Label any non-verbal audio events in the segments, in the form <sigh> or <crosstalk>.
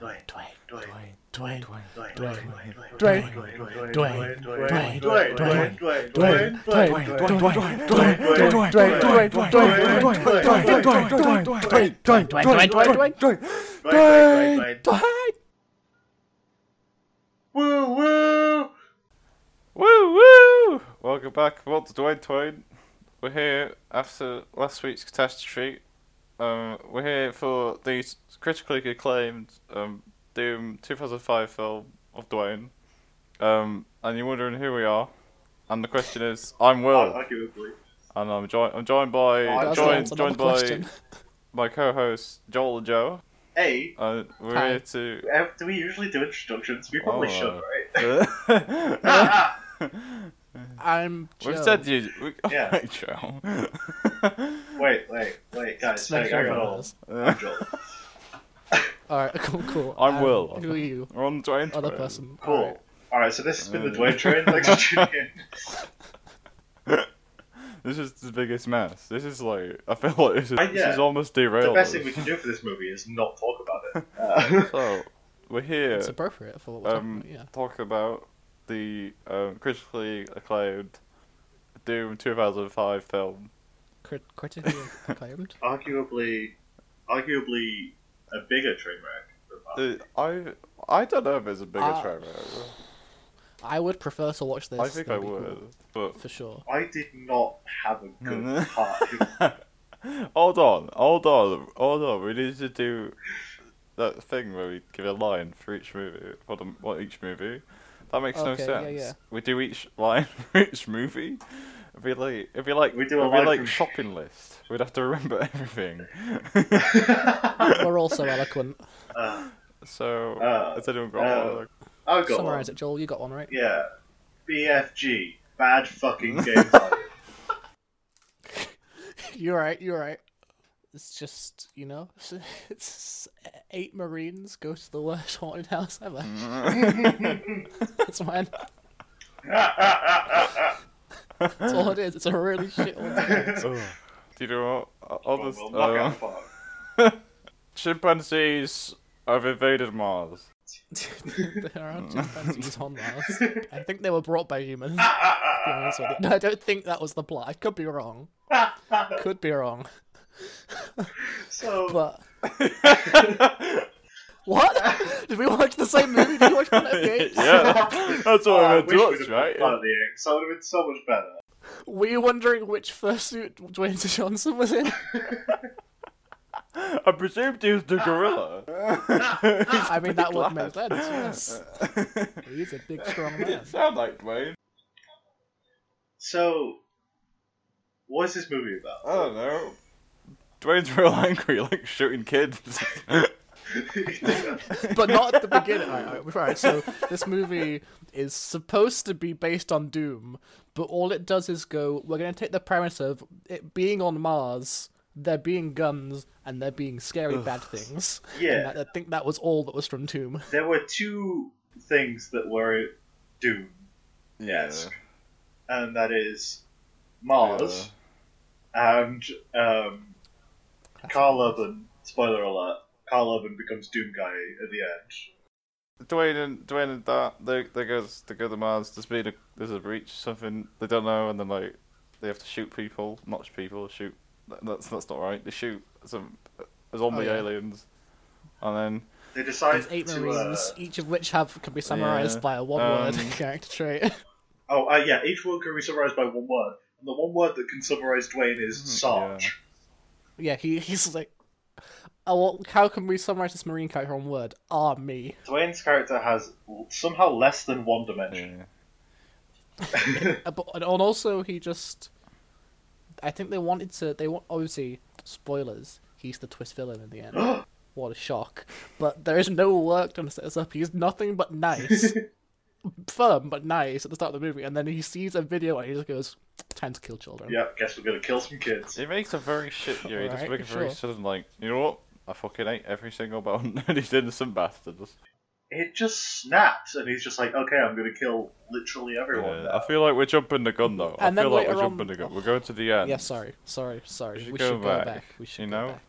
Dwayne, Dwayne, Dwayne, Dwayne, Dwayne, Dwayne, Dwayne, Dwayne, Dwayne, Dwayne, Dwayne, Dwayne, Dwayne, Dwayne, Dwayne, Dwayne, Dwayne, Dwayne, Dwayne, Dwayne, Dwayne. Woo woo! Woo woo! Welcome back, well to Dwayne Twain. We're here after last week's catastrophe. Um, we're here for the critically acclaimed um, Doom 2005 film of Dwayne. Um, and you're wondering who we are. And the question is, I'm Will, Arguably. and I'm joined. I'm joined by That's the joined, joined by my co-host Joel and Joe. Hey, And we're Hi. here to. uh, do we usually do introductions? We probably Oh. should, right? <laughs> I'm <laughs> We've Joe. said you. We, <laughs> Yeah. Alright, Joel. <laughs> Wait, wait, wait, guys. Let's Hey, make I sure got about all. this. I'm Joel. Alright, <laughs> cool, cool. I'm Um, Will. Who are you? We're on Dwayne. Other Twain. Oh, person. Cool. Alright. Alright, so this has been the Dwayne Train. Thanks for tuning in. This is the biggest mess. This is like I feel like this is, Uh, yeah. this is almost derailed. The best us. thing we can do for this movie is not talk about it. Uh, So we're here It's appropriate for what we're talking um, about, yeah. talking about the um, critically acclaimed Doom 2005 film. Crit- <laughs> critically acclaimed. arguably, arguably a bigger train wreck. than The, Uh, I I don't know if it's a bigger Ah. trailer. I would prefer to watch this. I think I than be would, cool, but <laughs> for sure. I did not have a good <laughs> time. hold on, hold on, hold on. We need to do that thing where we give a line for each movie, for the, what each movie. That makes no Okay, sense. yeah, yeah. We do each line <laughs> for each movie. It'd be like, it'd be like, We do a it'd be line like from- shopping list. We'd have to remember <laughs> everything. We're all so eloquent. Uh, so, Uh, has anyone got uh, one? I've got one. Summarize it, Joel. You got one right. Yeah. BFG. Bad fucking game design. You're right. You're right. It's just you know, <laughs> it's eight Marines go to the worst <laughs> haunted house ever. That's mine. That's all it is. It's a really shit one. Oh, do you know what? All Well, this, well, knock uh, out Park. chimpanzees have invaded Mars. <laughs> there are chimpanzees on Mars. I think they were brought by humans. to be honest with you. No, I don't think that was the plot. I could be wrong. Could be wrong. So But what? Did we watch the same movie? Did we watch Planet of the Apes? yeah, <laughs> that's Oh, what I I meant wish to we'd watch, have right? done the eggs. That would have been so much better. Were you wondering which fursuit Dwayne Johnson was in? I presumed he was the gorilla. <laughs> I mean, that would make sense. Yes. He's a big, strong man. It sound like Dwayne. So, what is this movie about? I don't know. Dwayne's <laughs> real angry, like shooting kids. But not at the beginning. All right, all right, all right, so this movie is supposed to be based on Doom, but all it does is go, we're going to take the premise of it being on Mars, there being guns, and there being scary bad things. Yeah. And that- I think that was all that was from Doom. there were two things that were Doom, Yes. and that is Mars and um, Carl Urban. Spoiler alert: Carl Urban becomes Doom guy at the end. Dwayne and Dwayne and that they they go they go to Mars. There's been a there's a breach, something they don't know, and then like they have to shoot people, notch people, shoot. that- That's that's not right. They shoot some uh, Oh, zombie yeah. aliens, and then They decide There's eight to. Uh, Marines, each of which have can be summarized Yeah, by a one-word um, character trait. <laughs> oh, uh, yeah. Each one can be summarized by one word, and the one word that can summarize Dwayne is Sarge. yeah, he, he's like, oh, well, how can we summarize this Marine character in one word? Ah, me. Dwayne's character has l- somehow less than one dimension. yeah. Uh, but and also he just i think they wanted to they want obviously spoilers he's the twist villain in the end what a shock but there is no work done to set us up he's nothing but nice firm but nice at the start of the movie and then he sees a video and he just goes time to kill children Yep, guess we're gonna kill some kids. He makes a <laughs> very shit. Yeah, he just Alright, makes a very sure. sudden like, you know what? I fucking hate every single bone. <laughs> and he's innocent bastards. It just snaps, and he's just like, "Okay, I'm gonna kill literally everyone." Yeah, I feel like we're jumping the gun though. And then I feel like later we're jumping on- the gun. We're going to the end. yeah sorry sorry sorry We should we go should go back, back we should you go know? back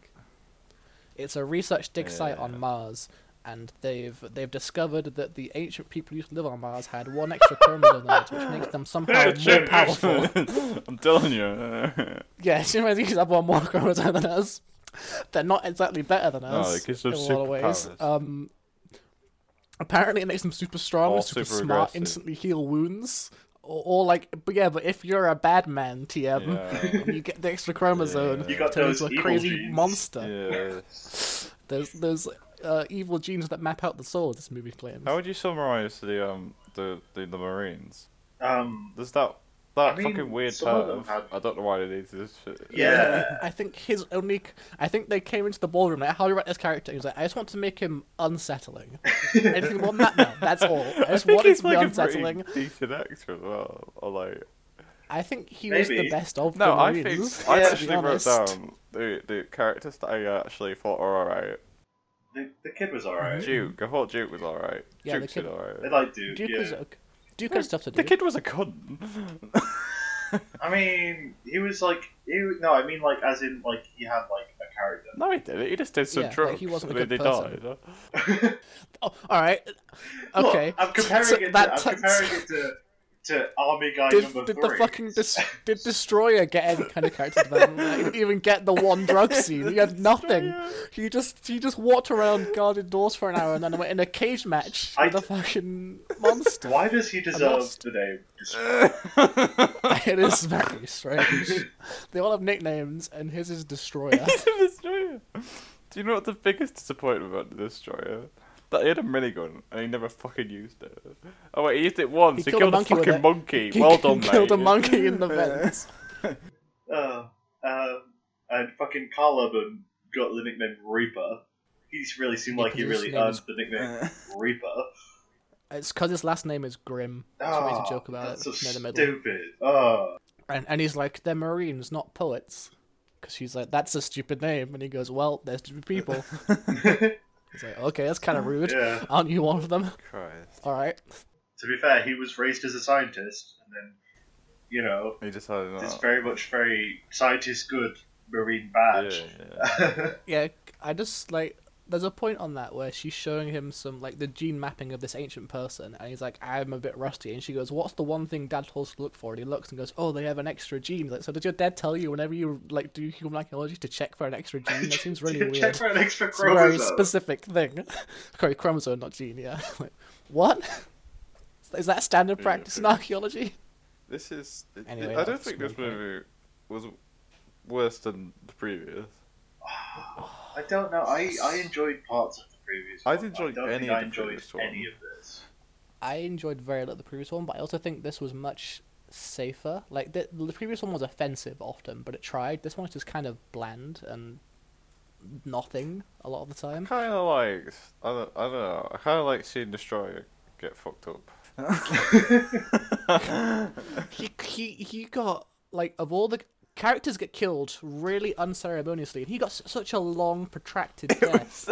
it's a research dig site on mars and they've they've discovered that the ancient people who used to live on Mars had one extra chromosome than us, which makes them <laughs> somehow more powerful. <laughs> I'm telling you. <laughs> yeah, chimpanzees have one more chromosome than us. They're not exactly better than us it gives them in a lot of ways. superpowers. Um, apparently, it makes them super strong, Or super, super smart, aggressive. instantly heal wounds, or, or like, but yeah, but if you're a bad man, TM. Yeah. You get the extra chromosome. Yeah. You You got turn those into a evil crazy genes. monster. Yes. There's there's uh, evil genes that map out the soul. This movie claims. How would you summarize the um the the, the Marines? Um, There's that that I mean, fucking weird some of term. them had- I don't know why they needed this shit. yeah. I think his only. c- I think they came into the ballroom like, "How do you write this character?" He was like, "I just want to make him <laughs> unsettling. Anything more than that? No, that's all. I <laughs> I just think want it he's to be like a unsettling." pretty decent actor as well. Or like, I think he was the Maybe. best of no, the I Marines. let's think I be actually wrote honest. down the the characters that I actually thought were alright. The, the kid was alright. Duke, I thought Duke was alright. Mm-hmm. Yeah, the Duke's kid- did alright. I like Duke. Hmm. Duke yeah. was okay. Duke has stuff to do. The kid was a cunt. <laughs> I mean, he was like, he, no, I mean like as in like he had like a character. no, he didn't. He just did some Yeah, like, drugs. he wasn't a and good they person. died. Oh, all right. Okay. Look, I'm comparing So it. To, that- I'm comparing it to to Army Guy did, number did three. the fucking dis- did destroyer get any kind of character development? Like, he didn't even get the one drug scene. He had nothing. Destroyer. He just he just walked around guarded doors for an hour and then went in a cage match I- with a fucking monster. Why does he deserve lost. the name? Just- <laughs> it is very strange. They all have nicknames and his is destroyer. He's a <laughs> destroyer. Do you know what the biggest disappointment about the destroyer? That he had a minigun and he never fucking used it. Oh wait, he used it once. He, killed, a, monkey with fucking it. monkey. <laughs> He well done, Killed a mate. monkey in the vents. Uh, um, and fucking Carl Urban got the nickname Reaper. He's really seemed like he Because really his name earned is- the <laughs> nickname Reaper. It's because his last name is Grim. So we made Ah, a joke about that's it so near the middle. stupid. Oh, And, and he's like, they're Marines, not poets. Because she's like, that's a stupid name. And he goes, well, they're stupid <laughs> people. he's like, okay, that's kind of rude. yeah. Aren't you one of them? <laughs> Christ. All right. To be fair, he was raised as a scientist, and then, you know, He decided not. it's very much very scientist good, marine bad. Yeah, Yeah, I just like, there's a point on that where she's showing him some, like, the gene mapping of this ancient person. And he's like, I'm a bit rusty. And she goes, what's the one thing dad told us to look for? And he looks and goes, oh, they have an extra gene. Like, so did your dad tell you whenever you, like, do human archaeology to check for an extra gene? That seems really <laughs> Check weird. for an extra It's a very chromosome. specific thing. <laughs> Sorry, chromosome, not gene, yeah. <laughs> Like, what? Is that standard Yeah, practice in yeah. archaeology? This is. Anyway, I don't that's think this my point. movie was worse than the previous. I don't know. I, I enjoyed parts of the previous. I one. didn't enjoy I don't any think of I the enjoyed previous one. any of this. I enjoyed very little the previous one, but I also think this was much safer. Like, the, the previous one was offensive often, but it tried. This one's just kind of bland and nothing a lot of the I time. kind of like. I don't, I don't know. I kind of like seeing Destroyer get fucked up. <laughs> He, he, he got, like, of all the characters get killed really unceremoniously, and he got s- such a long, protracted <laughs> death.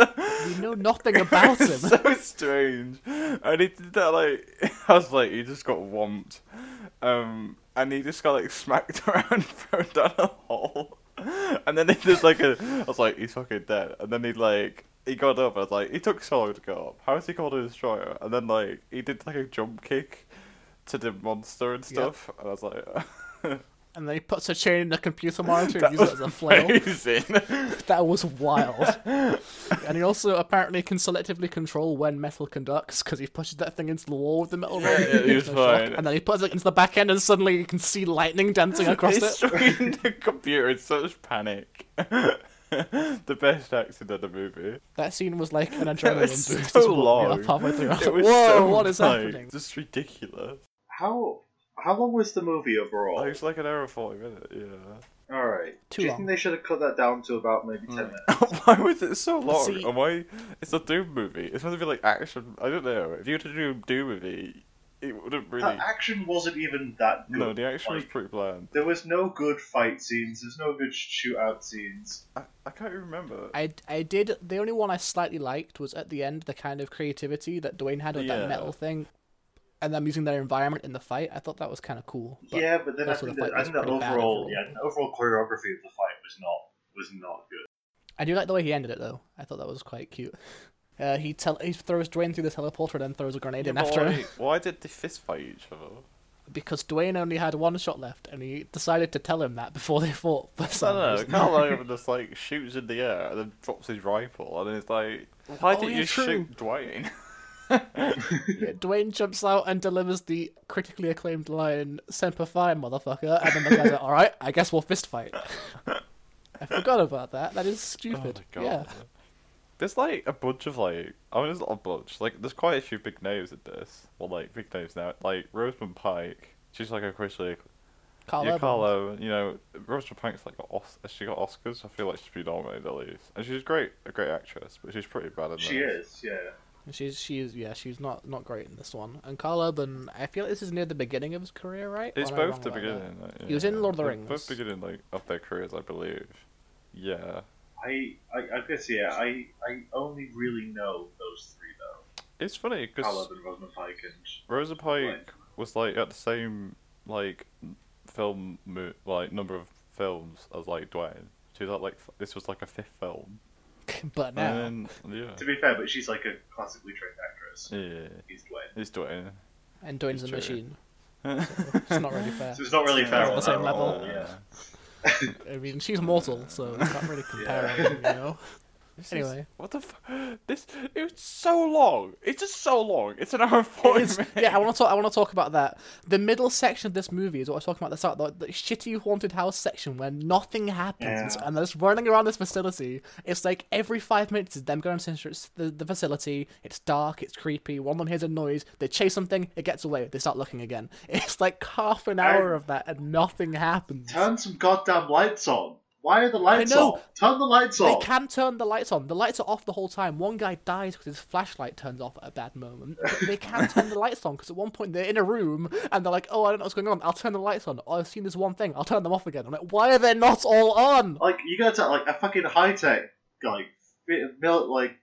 We know nothing about him. It's so strange. And he did that like <laughs> I was like he just got womped. Um and he just got like smacked <laughs> around thrown down a hole. And then he did like a I was like, he's fucking dead. And then he like he got up, I was like, he took so long to go up. How is he called a destroyer? And then like he did like a jump kick to the monster and stuff. And I was like <laughs> And then he puts a chain in the computer monitor and That uses it was as a flail. amazing. That was wild. <laughs> and he also apparently can selectively control when metal conducts because he pushes that thing into the wall with the metal ring. yeah, he was No shock. fine. <laughs> And then he puts it into the back end and suddenly you can see lightning dancing across It's it. <laughs> destroying the computer in such panic. <laughs> the best accident of the movie. That scene was like <laughs> an It adrenaline was boost. as so well. Yeah, long. halfway through, I was <laughs> It like, <laughs> was Whoa, so, what is like, happening? Just ridiculous. How how long was the movie overall? Like, it's like an hour and forty minutes. Yeah. <laughs> All right. Do Too you long. think they should have cut that down to about maybe Hmm. ten minutes? why was it so long? See- and why? It's a Doom movie. It's supposed to be like action. I don't know. If you were to do a Doom movie, it Uh, wouldn't really. That action wasn't even that good. no, the action was Like, pretty bland. There was no good fight scenes. There's no good shootout scenes. I, I can't remember. I, I did. The only one I slightly liked was at the end the kind of creativity that Dwayne had with Yeah. that metal thing, and them using their environment in the fight. I thought that was kind of cool. but- yeah, but then I also think the that, fight I was think that pretty bad overall, overall. yeah, the overall choreography of the fight was not was not good. I do like the way he ended it though. I thought that was quite cute. <laughs> Uh, he tel- he throws Dwayne through the teleporter and then throws a grenade in after why, him why did they fist fight each other? because Dwayne only had one shot left and he decided to tell him that before they fought. <laughs> For I some don't reason. know. Carl Ivan just like shoots in the air and then drops his rifle, and it's like, why Oh, did yeah, you true. shoot Dwayne? <laughs> Yeah, Dwayne jumps out and delivers the critically acclaimed line "Semper Fi, motherfucker," and then the guy's like, "All right, I guess we'll fist fight." <laughs> I forgot about that. That is stupid. Oh Yeah. There's like a bunch of like, I mean, there's not a bunch. Like, there's quite a few big names in this. Well, like big names now, like Rosamund Pike. She's like officially, Carl yeah, Urban. Carlo. You know, Rosamund Pike's like got Os- she got Oscars. I feel like she's been nominated at least, and she's great, a great actress, but she's pretty bad in She this. is, yeah. She's she's yeah she's not not great in this one. And Carl Urban, I feel like this is near the beginning of his career, right? It's Or am I both wrong the about that? beginning. Like, He was in yeah. Lord of the They're Rings. Both beginning like of their careers, I believe. Yeah, I, I, I guess, yeah, I, I only really know those three, though. it's funny because Caleb and Rosamund Pike and... Rosa Pike Like- was like at the same like n- film mo- like number of films as like Dwayne. She was at, like f- this was like a fifth film. <laughs> but now And then, To be fair, but she's like a classically trained actress. uh, yeah, yeah, He's Dwayne. it's Dwayne. and Dwayne's a True. <laughs> machine. It's not really fair. So it's not really Yeah, fair on on the that same at all, level. Yeah. I mean, she's mortal, so you can't <laughs> really compare. Yeah. them, you know. This is- Anyway. what the f- this? It's so long. It's just so long. It's an hour and forty It's- minutes. yeah, I want to talk. I want to talk about that. The middle section of this movie is what I was talking about at the start, the, the shitty haunted house section where nothing happens Yeah. and they're just running around this facility. It's like every five minutes is them going to it's the, the facility. It's dark. It's creepy. One of them hears a noise. They chase something. It gets away. They start looking again. <laughs> It's like half an hour of that and nothing happens. Turn some goddamn lights on. Why are the lights know. on? Turn the lights They on. can turn the lights on. The lights are off the whole time. One guy dies because his flashlight turns off at a bad moment. But they can turn the lights on because at one point they're in a room and they're like, "Oh, I don't know what's going on. I'll turn the lights on. Oh, I've seen this one thing. I'll turn them off again." I'm like, "Why are they not all on?" Like you gotta tell, like a fucking high tech like bit of mil- like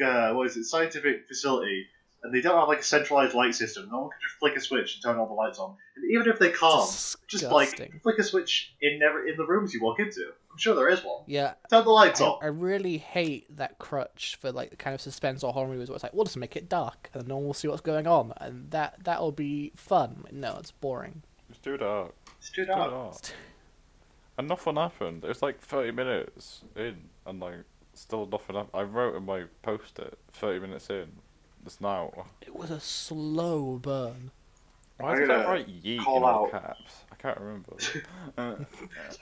uh, what is it scientific facility, and they don't have like a centralized light system. No one can just flick a switch and turn all the lights on. And even if they can't, just Disgusting. like flick a switch in never in the rooms you walk into. I'm sure there is one. Yeah, Turn the lights I, on. I really hate that crutch for like the kind of suspense or horror movies where it's like, "We'll just make it dark and no one will see what's going on," and that that'll be fun. No, it's boring. Just do that. Stood Do up. that. and nothing happened. It was like 30 minutes in, and like still nothing happened. I wrote in my post it 30 minutes in. It's now. It was a slow burn. Why I'm did I gonna write yeet in call all out. caps? I <laughs> can't remember. Uh,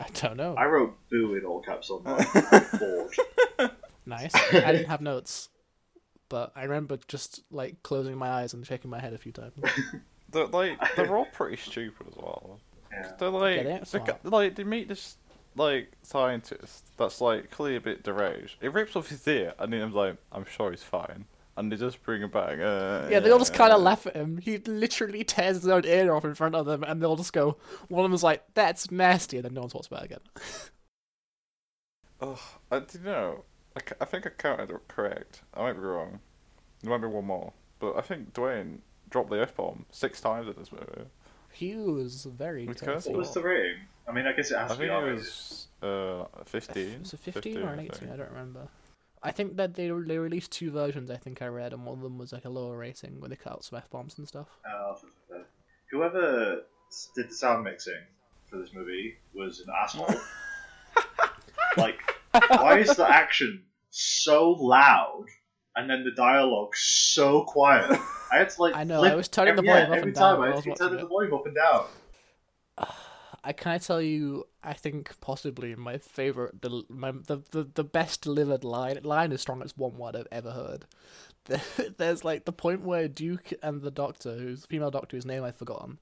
I don't know. I wrote boo in all caps on <laughs> my I'm bored. Nice. I didn't have notes, but I remember just like closing my eyes and shaking my head a few times. they're like they're all <laughs> pretty stupid as well. Yeah. They're like Get it? they Smart. like they meet this like scientist that's like clearly a bit deranged. It rips off his ear, and then I'm like, I'm sure he's fine. And they just bring him back. Uh, Yeah, they all just kind of laugh at him. He literally tears his own ear off in front of them, and they all just go. One of them's like, "That's nasty," and then no one talks about it again. Ugh, I don't know. I, ca- I think I counted it correct. I might be wrong. There might be one more. But I think Dwayne dropped the F bomb six times in this movie. He was very. It's tense. What was the rating? I mean, I guess it has I to be think it R-rated. was uh, 15. Was it fifteen or an I eighteen? think. I don't remember. I think that they they released two versions. I think I read, and one of them was like a lower rating where they cut out some f bombs and stuff. Uh, whoever s- did the sound mixing for this movie was an <laughs> asshole. like, why is the action so loud and then the dialogue so quiet? I had to like. <laughs> I know, flip I was turning the every- volume yeah, up every and time. down I while I had was to be watching turning it. the volume up and down. I can I tell you? I think possibly my favorite, the my the, the, the best delivered line line is strongest one word I've ever heard. <laughs> There's like the point where Duke and the doctor, who's the female doctor whose name I've forgotten,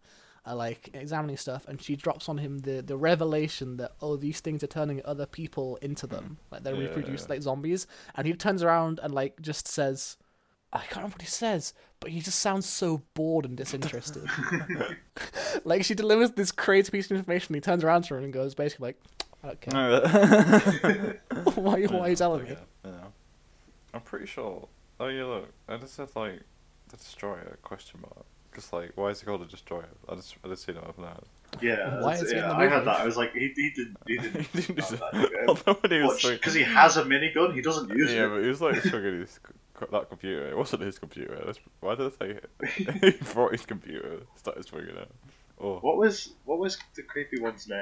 are like examining stuff, and she drops on him the the revelation that oh these things are turning other people into them, like they're Yeah. reproduced like zombies, and he turns around and like just says, I can't remember what he says, but he just sounds so bored and disinterested. Like she delivers this crazy piece of information, he turns around to her and goes basically like, "I don't <laughs> care. No, <laughs> that- why, why are you telling me?" Yeah, yeah. I'm pretty sure. Oh yeah, look, I just said like the destroyer question mark. Just like, why is it called a destroyer? I just I just seen it up now. Yeah, Why that's- is he in yeah the I had movie? that. I was like, he, he didn't. He didn't. He <laughs> didn't have just- that. Although when <laughs> he was Because swing- he has a minigun, he doesn't use yeah, it. but he was like swinging his co- that computer. It wasn't his computer. That's, why did I say it? <laughs> he brought his computer. Started swinging it. Oh, What was what was the creepy one's name?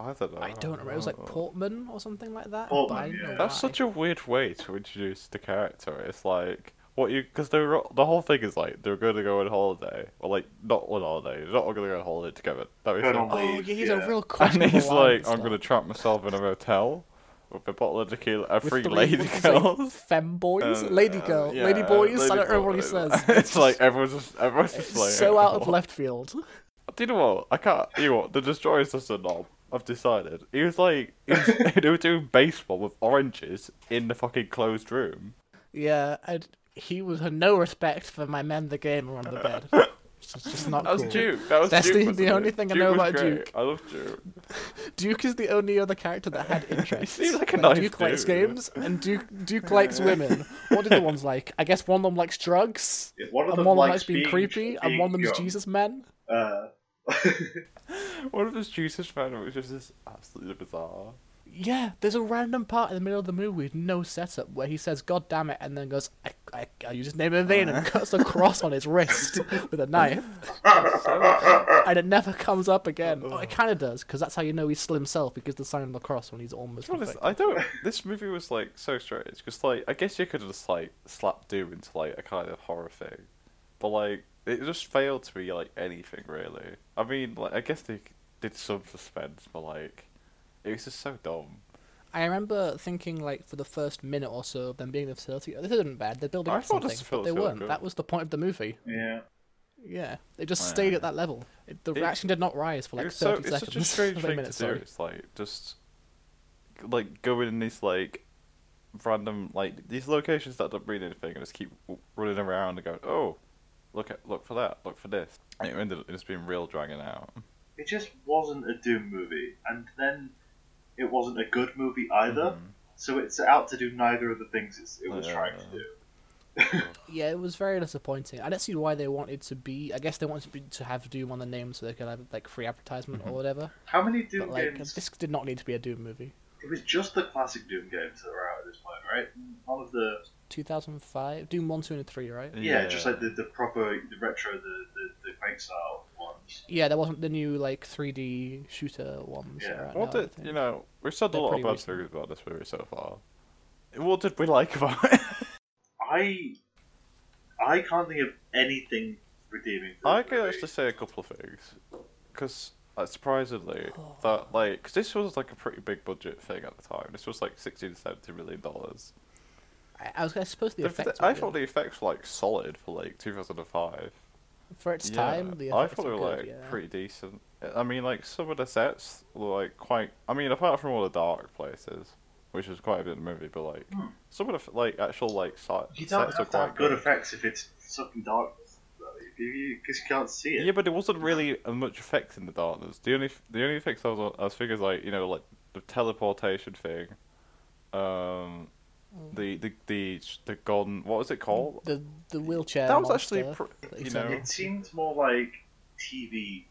I don't know. I don't remember. It was like Portman or something like that. Portman, but I don't yeah. know Oh. That's why. such a weird way to introduce the character. It's like what you because they're all- the whole thing is like they're going to go on holiday or like not on holiday. They're not all going to go on holiday together. That makes Good sense. on Oh yeah, he's Yeah. a real. <laughs> And questionable he's lion like, and I'm gonna stuff. trap myself in a motel with a bottle of tequila, and With three three- <laughs> lady what's his name? girls. femboys, Uh, lady uh, girl, yeah, lady boys. I lady don't remember what he boys. says. <laughs> <laughs> it's like everyone's just everyone's just like It's so out of "Oh." left field. Do you know what? I can't. You know what? The destroyer's just a knob. I've decided. He was like he was, <laughs> they were doing baseball with oranges in the fucking closed room. Yeah, and he was had no respect for my men the game around the bed. It's just not That was cool. Duke. That was That's Duke, the- wasn't the it? only thing I Duke know was about great. Duke. I love Duke. Duke is the only other character that had interests. seemed like a Like, nice Duke likes dude. games, and Duke Duke likes women. What do the ones like? I guess one of them likes drugs, Yeah, One of and them one of them likes likes being creepy, and being one of them's young. Jesus men. Uh, One of his Jesus fan was just this absolutely bizarre. Yeah, there's a random part in the middle of the movie with no setup where he says "God damn it" and then goes "I, I, I use his name in vain" and cuts a cross on his wrist with a knife, and it never comes up again. Oh, it kind of does because that's how you know he's still himself because the sign on the cross when he's almost. To be honest, perfect. I don't. This movie was like so strange because, like, I guess you could have just like slapped Doom into like a kind of horror thing, but like it just failed to be like anything really. I mean, like, I guess they did some suspense, but like, it was just so dumb. I remember thinking like for the first minute or so of them being in the facility, oh, this isn't bad. They're building I up thought something, this but they facility was weren't. good. That was the point of the movie. yeah. Yeah, they just Yeah. stayed at that level. It, the It- reaction did not rise for It like was so, thirty it's seconds. <laughs> such a strange 30 thing minutes, to do. sorry. It's like just like going in these like random like these locations that don't mean anything and just keep w- running around and going, oh, look at look for that, look for this. And it ended up just being real dragging out. It just wasn't a Doom movie, and then it wasn't a good movie either. Mm-hmm. So it's out to do neither of the things it's, it was Yeah. trying to do. Yeah, it was very disappointing. I don't see why they wanted to be. I guess they wanted to, be, to have Doom on the name so they could have like free advertisement Mm-hmm. or whatever. How many Doom But like, games? this did not need to be a Doom movie. It was just the classic Doom games that were out at this point, right? None of the 2005, Doom one, two, and three, right? yeah, just like the, the proper the retro the the, the Quake style ones. Yeah, there wasn't the new like 3D shooter ones. Yeah. right What now, I did think. you know? We've said a They're lot of pretty bad recent. things about this movie so far. What did we like about it? I I can't think of anything redeeming. for I this could movie. actually say a couple of things, because uh, surprisingly, Oh. that like, 'cause this was like a pretty big budget thing at the time. This was like sixteen to seventeen million dollars. I, I was I suppose the The f- effects. were I good. thought the effects were like solid for like two thousand and five. for its time, the I effects thought they were good, like yeah. pretty decent. I mean, like some of the sets were like quite. I mean, apart from all the dark places, which is quite a bit of the movie, but like some of the f- like actual like si- Hmm. You don't sets are have to have quite good good. effects if it's fucking darkness, because you can't see it. Yeah, but it wasn't really uh, much effects in the darkness. The only f- the only effects I was I was thinking is like you know like the teleportation thing, um, Mm. the the the the golden what was it called? the the wheelchair. that was actually monster pr- that he you sent know in. It seems more like TV,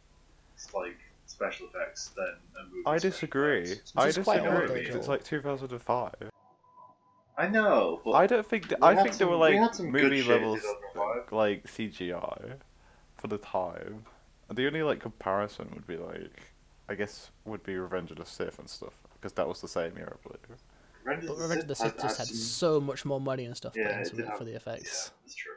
like special effects than a movie. I special disagree. effects. I is quite disagree. old, though, because it's Joel. like 2005. I know, but I don't think that, We I had think there some- were we had like some good movie shit in levels 2005. like CGI for the time. And the only like comparison would be like I guess would be Revenge of the Sith and stuff because that was the same era, I believe. Revenge of But remember, the Sith Sith just had some- had so much more money and stuff yeah, put it into did it have- for the effects, Yeah, that's true.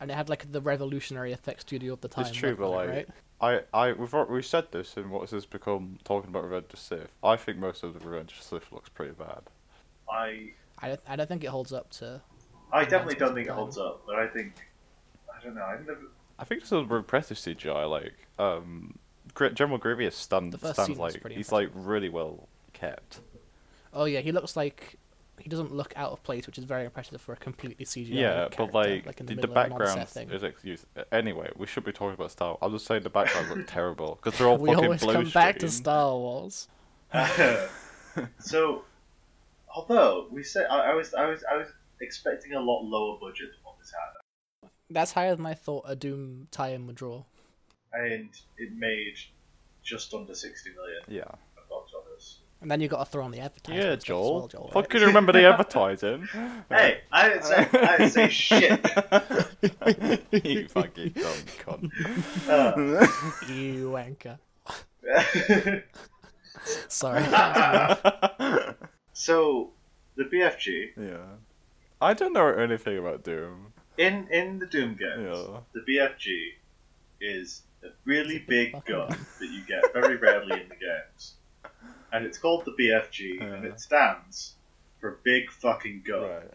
and it had like the revolutionary effects studio of the time. It's true, working but on like it, right? I, I we've al- we said this in what has this become talking about Revenge of the Sith. I think most of the Revenge of the Sith looks pretty bad. I I don't, I don't think it holds up to. I definitely don't think it Done. holds up, but I think I don't know. I think the- I think it's sort of impressive CGI. Like um, Gr- General Grievous stand, The first stands scene was like pretty he's like really well kept. Oh yeah, he looks like he doesn't look out of place, which is very impressive for a completely CGI. Yeah, but character, like, in the, the, the middle of an on-set background thing. is excuse. Anyway, we should be talking about Star. Wars. I'm just saying the background <laughs> looked terrible because they're all We fucking always blue come back to screen. Star Wars. <laughs> <laughs> so, although we said I, I was I was I was expecting a lot lower budget than what this had, That's higher than I thought a Doom tie-in would draw. and it made just under sixty million Yeah, at box office. I And then you got to throw on the advertising. Yeah, stuff as Joel. well, Joel. Fucking remember <laughs> the advertising. Hey, I didn't say, I didn't say shit. <laughs> you fucking dumb <laughs> cunt. Uh, You <laughs> wanker. so Sorry. the BFG yeah. I don't know anything about Doom. in in the Doom games, Yeah. the BFG is a really big gun that you get very rarely in the games, and it's called the BFG, and Yeah. it stands for big fucking gun, Right.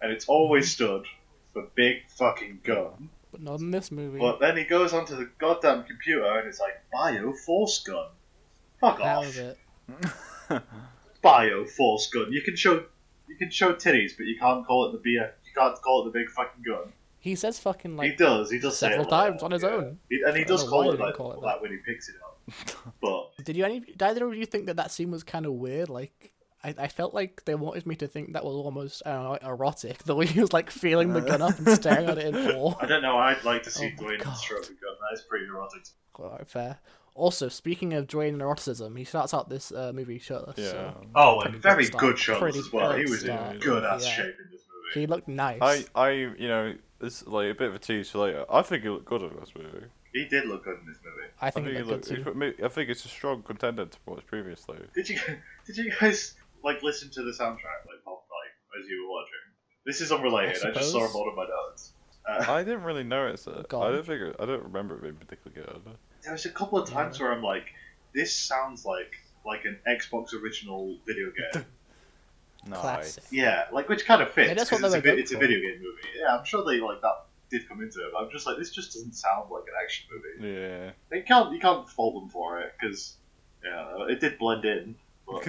and it's always stood for big fucking gun. but not in this movie. But then he goes onto the goddamn computer, and it's like bio force gun. Fuck that off. was it. bio force gun. You can show you can show titties, but you can't call it the BF. You can't call it the big fucking gun. He says fucking he like does. He does say several it like times that, on his yeah. own. He- and he I does don't know why call he it, didn't like, call it that when he picks it up. <laughs> But Did you any? Did either of you think that that scene was kind of weird? Like, I, I felt like they wanted me to think that was almost I don't know, erotic. <laughs> The way he was like feeling the <laughs> gun up and staring at it in awe. I don't know. I'd like to see Oh my Dwayne God. stroke a gun. That is pretty erotic. All right, fair. Also, speaking of Dwayne and eroticism, he starts out this uh, movie shirtless. Yeah. So Oh, Pretty and good very start. good shots Pretty as well. He good was in start. good ass Yeah. shape in this movie. he looked nice. I, I, you know, it's like a bit of a tease for later. I think he looked good in this movie. He did look good in this movie. I I think, think, he he looked looked, good too. he- I think it's a strong contender to what's previously. Did you <laughs> did you guys like listen to the soundtrack like pop like as you were watching? This is unrelated. I, just saw suppose. him on my notes. Uh, I didn't really notice it. God. I don't think it, I don't remember it being particularly good. there was a couple of times where I'm like, this sounds like like an Xbox original video game. No, Classic. yeah, like which kind of fits Yeah, that's 'cause what it's, they a, were vi- going it's a for. video game movie. Yeah, I'm sure they like that did come into it, but I'm just like, this just doesn't sound like an action movie. <laughs> Yeah. You can't you can't fault them for it because yeah, it did blend in. But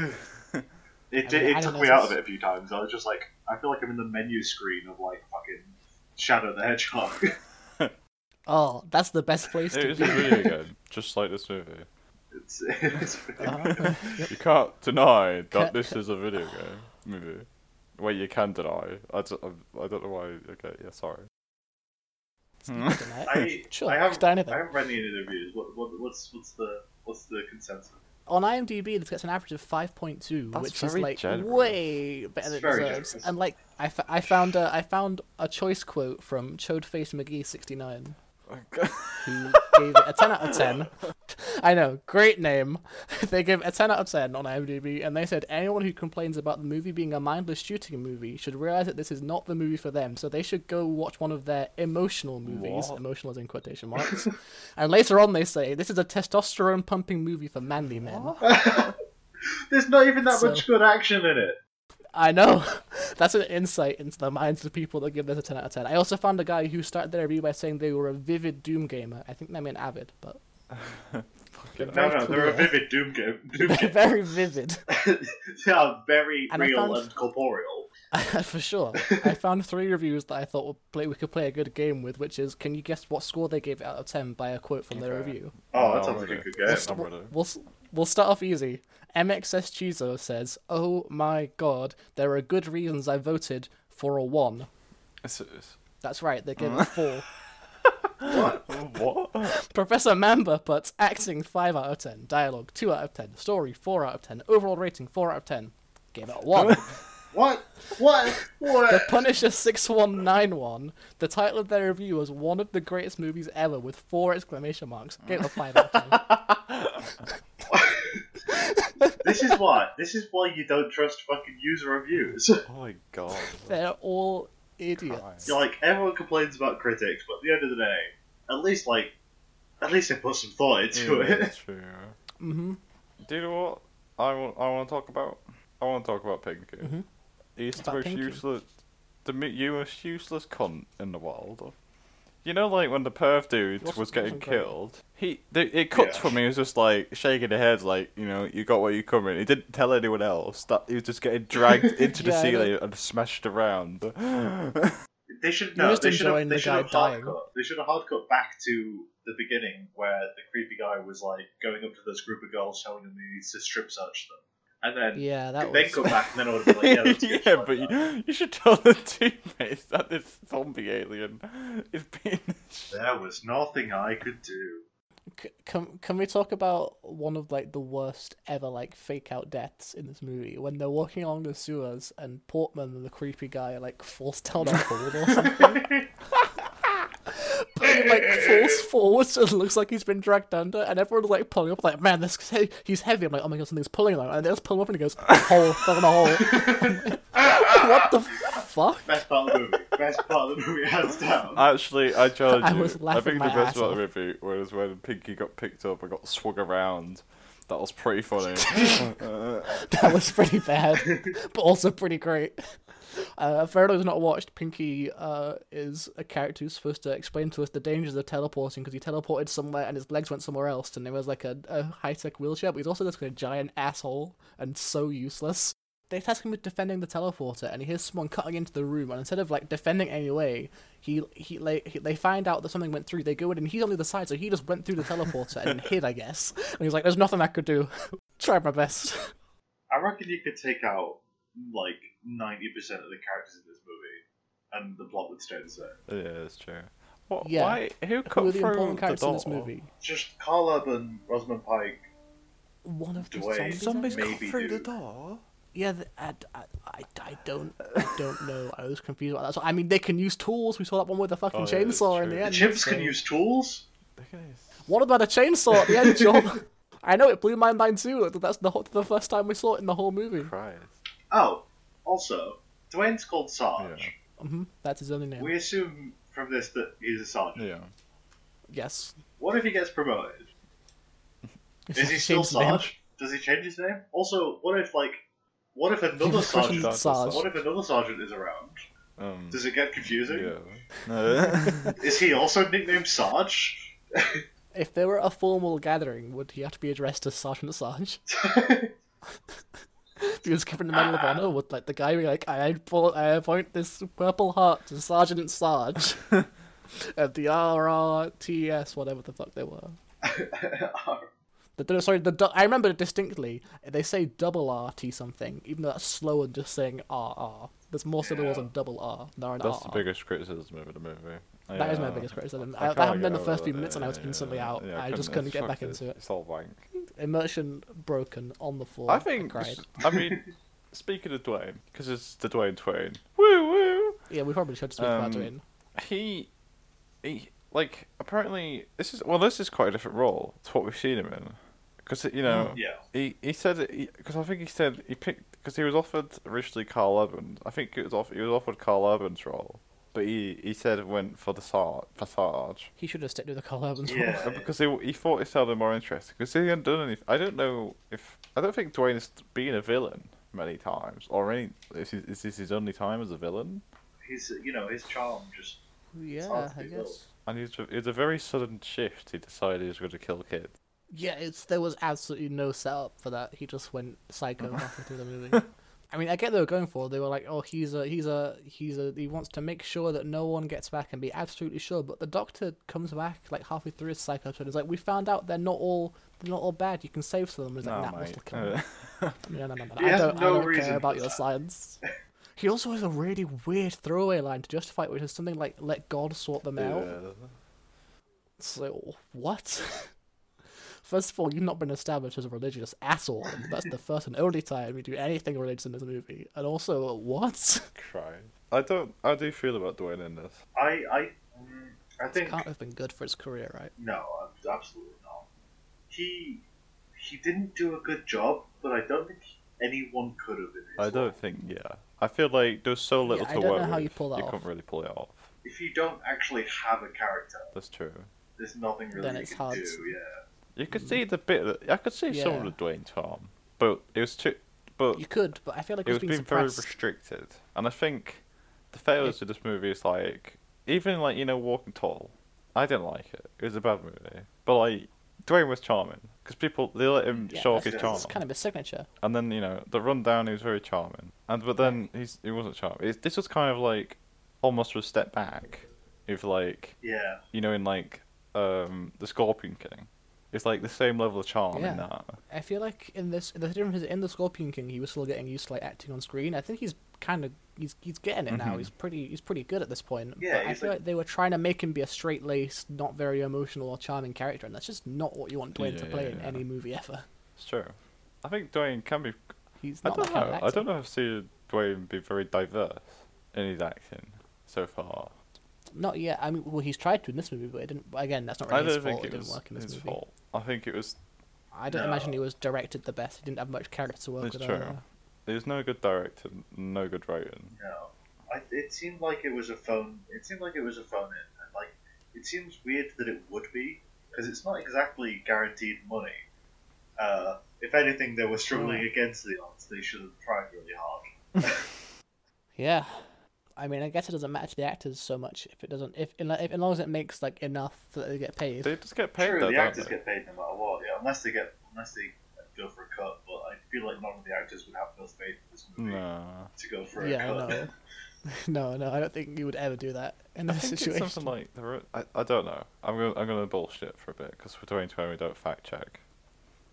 it I did, mean, I it don't took know me if out of it's- it a few times. I was just like, I feel like I'm in the menu screen of like fucking Shadow the Hedgehog. <laughs> Oh, that's the best place It to is be. a video game, just like this movie. it's, it's <laughs> Uh-huh. You can't deny Ca- that this is a video game movie. Well, you can deny. I don't, I don't know why. Okay, yeah, sorry. <laughs> Hmm. <laughs> I, Sure, I haven't, deny that. I haven't read any interviews. What, what, what's what's the what's the consensus? on IMDb, this gets an average of 5.2, That's which is very like generous. way better than It's it very deserves. generous. And like, I, f- I found a, I found a choice quote from Chodeface McGee 69, who gave it a 10 out of 10. <laughs> I know, great name. <laughs> they gave it a 10 out of 10 on IMDb, and they said anyone who complains about the movie being a mindless shooting movie should realize that this is not the movie for them. So they should go watch one of their emotional movies. What? Emotional is in quotation marks. <laughs> and later on, they say this is a testosterone pumping movie for manly men. There's not even that So- much good action in it. I know. <laughs> That's an insight into the minds of people that give this a 10 out of 10. I also found a guy who started their review by saying they were a vivid Doom gamer. I think they meant avid, but. They're No, very no, they're a clear. vivid doom <laughs> game. Doom They're game. very vivid, <laughs> they are very And I real found- and corporeal. Oh, for sure. I found three reviews that I thought would play, we could play a good game with, which is can you guess what score they gave it out of 10 by a quote from their Okay. review? Oh, that Oh, sounds like really? a good Yeah, game. Yes. I'm ready. we'll, s- we'll start off easy. MXS Chizo says, Oh my god, there are good reasons I voted for a 1. It's- it's- That's right, they gave it a 4. What? oh, what? Professor Mamba puts acting 5 out of 10, dialogue 2 out of 10, story 4 out of 10, overall rating 4 out of 10. Gave it a 1. <laughs> What? What? <laughs> the What? Punisher 6191, the title of their review was one of the greatest movies ever with 4 exclamation marks. Gave it a 5 out of 10. this is why. This is why you don't trust fucking user reviews. <laughs> Oh my god. They're all idiots. You're like everyone complains about critics, but at the end of the day, at least like, at least they put some thought into Yeah, it. that's true. yeah. Mm-hmm. Do you know what I want? I want to talk about. I want to talk about Pinky. Mhm. He's the About most Pinky. useless, the mo- you most useless cunt in the world. You know, like when the perv dude wasn't- was getting wasn't great. killed. He, th it cuts Yeah. for me. He was just like shaking his head, like you know, you got what you come in. He didn't tell anyone else that he was just getting dragged <laughs> into the Yeah, I know. ceiling and smashed around. <laughs> They should You're no. just They should enjoying have. They the should guy have hard dying. cut. They should have hard cut back to the beginning where the creepy guy was like going up to this group of girls, telling them he needs to strip search them, and then Yeah, that then come was. back, and then I would have been like, <laughs> yeah, let's get yeah, shot but now. you, you should tell the <laughs> teammates that this zombie alien is being. There was nothing I could do. C- can can we talk about one of like the worst ever like fake out deaths in this movie when they're walking along the sewers and Portman and the creepy guy like falls down a hole or something. <laughs> but he like falls forwards and looks like he's been dragged under, and everyone's like pulling up, like man, this he's heavy. I'm like, oh my god, something's pulling on him, and they just pull him up and he goes hole, fell in a hole. <laughs> what the fuck? Best part of the movie. Best part of the movie, hands down. Actually, I challenge I you. was I laughing think the my best ass part of the movie was when Pinky got picked up and got swung around. That was pretty funny. <laughs> Uh, That was pretty bad, <laughs> but also pretty great. Uh, for anyone who's not watched, Pinky uh, is a character who's supposed to explain to us the dangers of teleporting because he teleported somewhere and his legs went somewhere else, and there was like a, a high tech wheelchair, but he's also just a giant asshole and so useless. They task him with defending the teleporter, and he hears someone cutting into the room. And instead of like defending anyway, he he like he, they find out that something went through. They go in, and he's on the other side, so he just went through the teleporter and hid, I guess. And he's like, "There's nothing I could do. <laughs> Tried my best." <laughs> I reckon you could take out like ninety percent of the characters in this movie, and the plot would stay the same. yeah, that's true. What, Yeah. Why? Who cut who are the through important the characters in this door? movie? Just Carl Urban, Rosamund Pike. One of the Dwayne. zombies. Zombies I think? cut Maybe through the do. door. Yeah, th- I, I, I, I don't, I don't know. I was confused about that. So, I mean, they can use tools. We saw that one with the fucking Oh, yeah, that's chainsaw in the true. The The end. chimps so- can use tools. Look at this. What about a chainsaw at the <laughs> end, John? I know it blew my mind too. that That's the whole, the first time we saw it in the whole movie. Christ. Oh, also, Dwayne's called Sarge. Yeah. hmm That's his only name. We assume from this that he's a sergeant. Yeah. Yes. What if he gets promoted? Is <laughs> he Changed still his name. Sarge? Does he change his name? Also, what if like, what if another He's Christian sergeant? Sarge. Sarge. What if another sergeant is around? Um, Does it get confusing? yeah. <laughs> No. Is he also nicknamed Sarge? If there were a formal gathering, would he have to be addressed as Sergeant Sarge? If he was given the Medal of Honor, would like the guy be like, I appoint, I appoint this Purple Heart to Sergeant Sarge at the RRTS, whatever the fuck they were. The, the- sorry, the du- I remember it distinctly. They say double RT something, even though that's slower than just saying RR. There's more syllables Yeah. on double R, than an That's R. the biggest criticism of the movie. That is my biggest criticism. I, that can't happened in the get first over few that, minutes, and I was yeah, instantly yeah. out. Yeah, I just couldn't couldn't- get it's back fucked, into it. It's all blank. Immersion broken on the floor. I think. cried. I mean, speaking of Dwayne, because it's the Dwayne Twain. Woo woo. Yeah, we probably should speak Um, about Dwayne. He, he, like apparently this is well this is quite a different role to what we've seen him in, because you know yeah. he he said because I think he said he picked because he was offered originally Carl Evans. I think it was off he was offered Carl Evans role, but he he said went for the Sarge for Sarge. He should have stuck to the Carl Urban role. Yeah. <laughs> Uh, because he he thought it sounded more interesting. Because he hadn't done anything. I don't know if I don't think Dwayne has been a villain many times, or any. Is, he- is this his only time as a villain? He's you know his charm just <laughs> Yeah, hard to I be built. guess. And it's a- it's a very sudden shift. He decided he was going to kill kids. Yeah, it's there was absolutely no setup for that. He just went <laughs> psycho halfway through the movie. I mean, I get what they were going for. They were like, "Oh, he's a, he's a, he's a. He wants to make sure that no one gets back and be absolutely sure." But the doctor comes back like halfway through his psycho episode. He's like, "We found out they're not all, they're not all bad. You can save some of them." He's like, Nah, "Nah, what's the Oh, mate. Uh, come on." No, no, no, no. He I has don't, no I don't reason care about for your that. science. He also has a really weird throwaway line to justify it, which is something like "Let God sort them out." <laughs> Yeah. So what? <laughs> First of all, you've not been established as a religious at all. and That's the first and only time you do anything religious in this movie. And also, <laughs> what? Cry. I don't. I do feel about Dwayne in this. I I mm, I think Can't have been good for his career, right? no, ab- absolutely not. He he didn't do a good job, but I don't think anyone could have. In his I don't life. think. Yeah. I feel like there's so little I to don't work know how with. you pull that off. can't really pull it off. If you don't actually have a character, That's true. there's nothing really Then you it's can hard do. to- Yeah. You could see the bit. That, I could see some of Mm. Yeah. the Dwayne Tom, but it was too. But You could, but I feel like it was being being very suppressed. restricted, and I think the failures of this movie is like even like you know Walking Tall. I didn't like it. It was a bad movie, but like Dwayne was charming because people they let him Yeah, show off his that's- charm, It's kind of his signature. and then you know the rundown he was very charming, and but then he's he wasn't charming. It, this was kind of like almost a step back, if like Yeah. you know in like um the Scorpion King, it's like the same level of charm Yeah. in that. I feel like in this, the difference is in the Scorpion King, he was still getting used to like acting on screen. I think he's kind of he's he's getting it Mm-hmm. now. He's pretty he's pretty good at this point. Yeah, but I he's feel like- like they were trying to make him be a straight laced, not very emotional or charming character, and that's just not what you want Dwayne to Yeah, play in yeah. any movie ever. It's true. I think Dwayne can be. He's I not don't that kind know. of I actor. don't know if I've seen Dwayne be very diverse in his acting so far. Not yet. I mean, well, he's tried to in this movie, but it didn't. Again, that's not I really his don't fault. think It, it didn't was work in this his movie. fault. I think it was. I don't No. imagine he was directed the best. He didn't have much character to work It's with. true. either. There was no good director, no good writing. No, I, it seemed like it was a phone. It seemed like it was a phone in, and like it seems weird that it would be because it's not exactly guaranteed money. Uh, if anything, they were struggling Hmm. against the odds. They should have tried really hard. Yeah. I mean, I guess it doesn't matter to the actors so much if it doesn't, if, unle- if as long as it makes like enough that they get paid. They just get paid True, though, the don't actors they? get paid no matter what, yeah, unless they get unless they go for a cut. But I feel like none of the actors would have enough faith in this movie No. to go for a yeah, cut. no, <laughs> no, no. I don't think you would ever do that in I this think situation. it's something like the. ro- I, I don't know. I'm gonna I'm gonna bullshit for a bit because for 2020 we don't fact check.